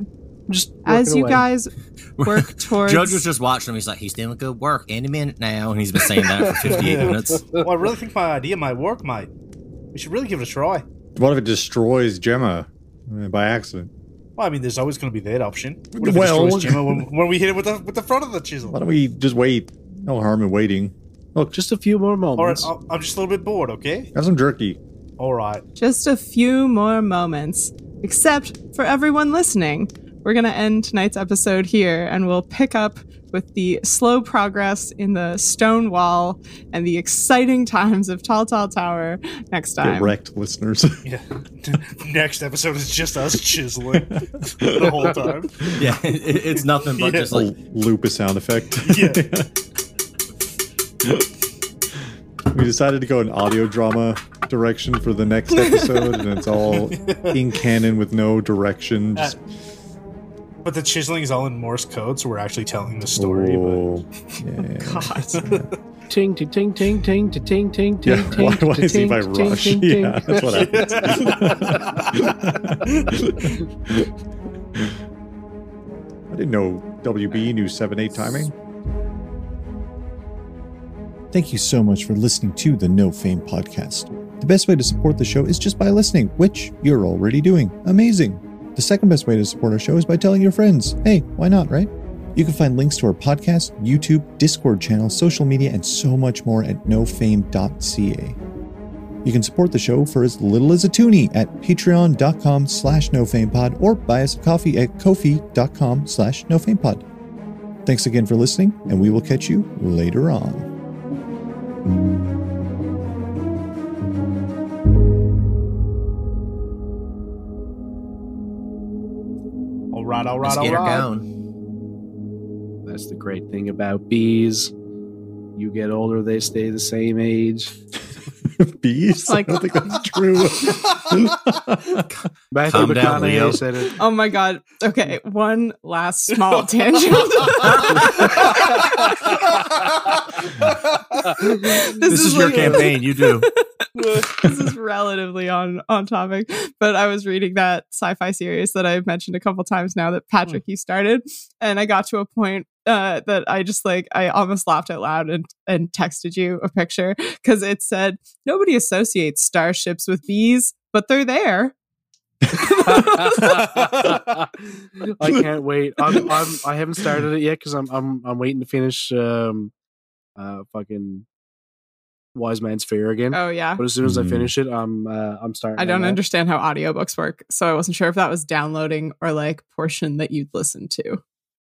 Just as working you away. guys work towards Judge was just watching him. He's like, he's doing good work any minute now, and he's been saying that for 58 minutes. Well, I really think my idea might work, mate. We should really give it a try. what if it destroys Gemma uh, by accident? Well, I mean, there's always going to be that option. What if Well- it destroys Gemma when, when we hit it with the, with the front of the chisel? Why don't we just wait? No harm in waiting. Look, just a few more All right, moments. I- I'm just a little bit bored, okay? Have some jerky. All right. Just a few more moments. Except for everyone listening, we're going to end tonight's episode here and we'll pick up with the slow progress in the stone wall and the exciting times of Tall Tall Tower next Get time. wrecked, listeners. Yeah. Next episode is just us chiseling the whole time. Yeah, it, it's nothing but Yeah. just like loop a sound effect. we decided to go an audio drama direction for the next episode, and it's all in canon with no direction. Just But the chiseling is all in Morse code, so we're actually telling the story. Oh, yeah. God. Ting ting ting ting ting ting ting ting ting. Yeah, why- why is he ting, by ting, ting, Rush? ting, Yeah, ting. that's what happens. I didn't know WB knew 7 8 timing. Thank you so much for listening to the No Fame podcast. The best way to support the show is just by listening, which you're already doing. Amazing. The second best way to support our show is by telling your friends. Hey, why not, right? You can find links to our podcast, YouTube, Discord channel, social media, and so much more at nofame.ca. You can support the show for as little as a toonie at patreon.com slash nofamepod or buy us a coffee at ko-fi.com slash nofamepod. Thanks again for listening, and we will catch you later on. All right, all right, Let's all get her right. going. Oh, That's the great thing about bees. You get older, they stay the same age. bees? Like- I don't think that's true. Matthew Calm down, McConaughey Leo. said it. Oh my god. Okay, one last small tangent. this, this, is, your like- campaign. You do. this is relatively on on topic, but I was reading that sci-fi series that I've mentioned a couple times now that Patrick you started, and I got to a point uh, that I just like I almost laughed out loud and and texted you a picture because it said nobody associates starships with bees, but they're there. I can't wait. I'm, I'm, I haven't started it yet because I'm, I'm, I'm waiting to finish um, uh, fucking Wise Man's Fair again. Oh, yeah. But as soon as I Mm. finish it, I'm, uh, I'm starting. I don't on that. understand how audiobooks work, so I wasn't sure if that was downloading or like portion that you'd listen to.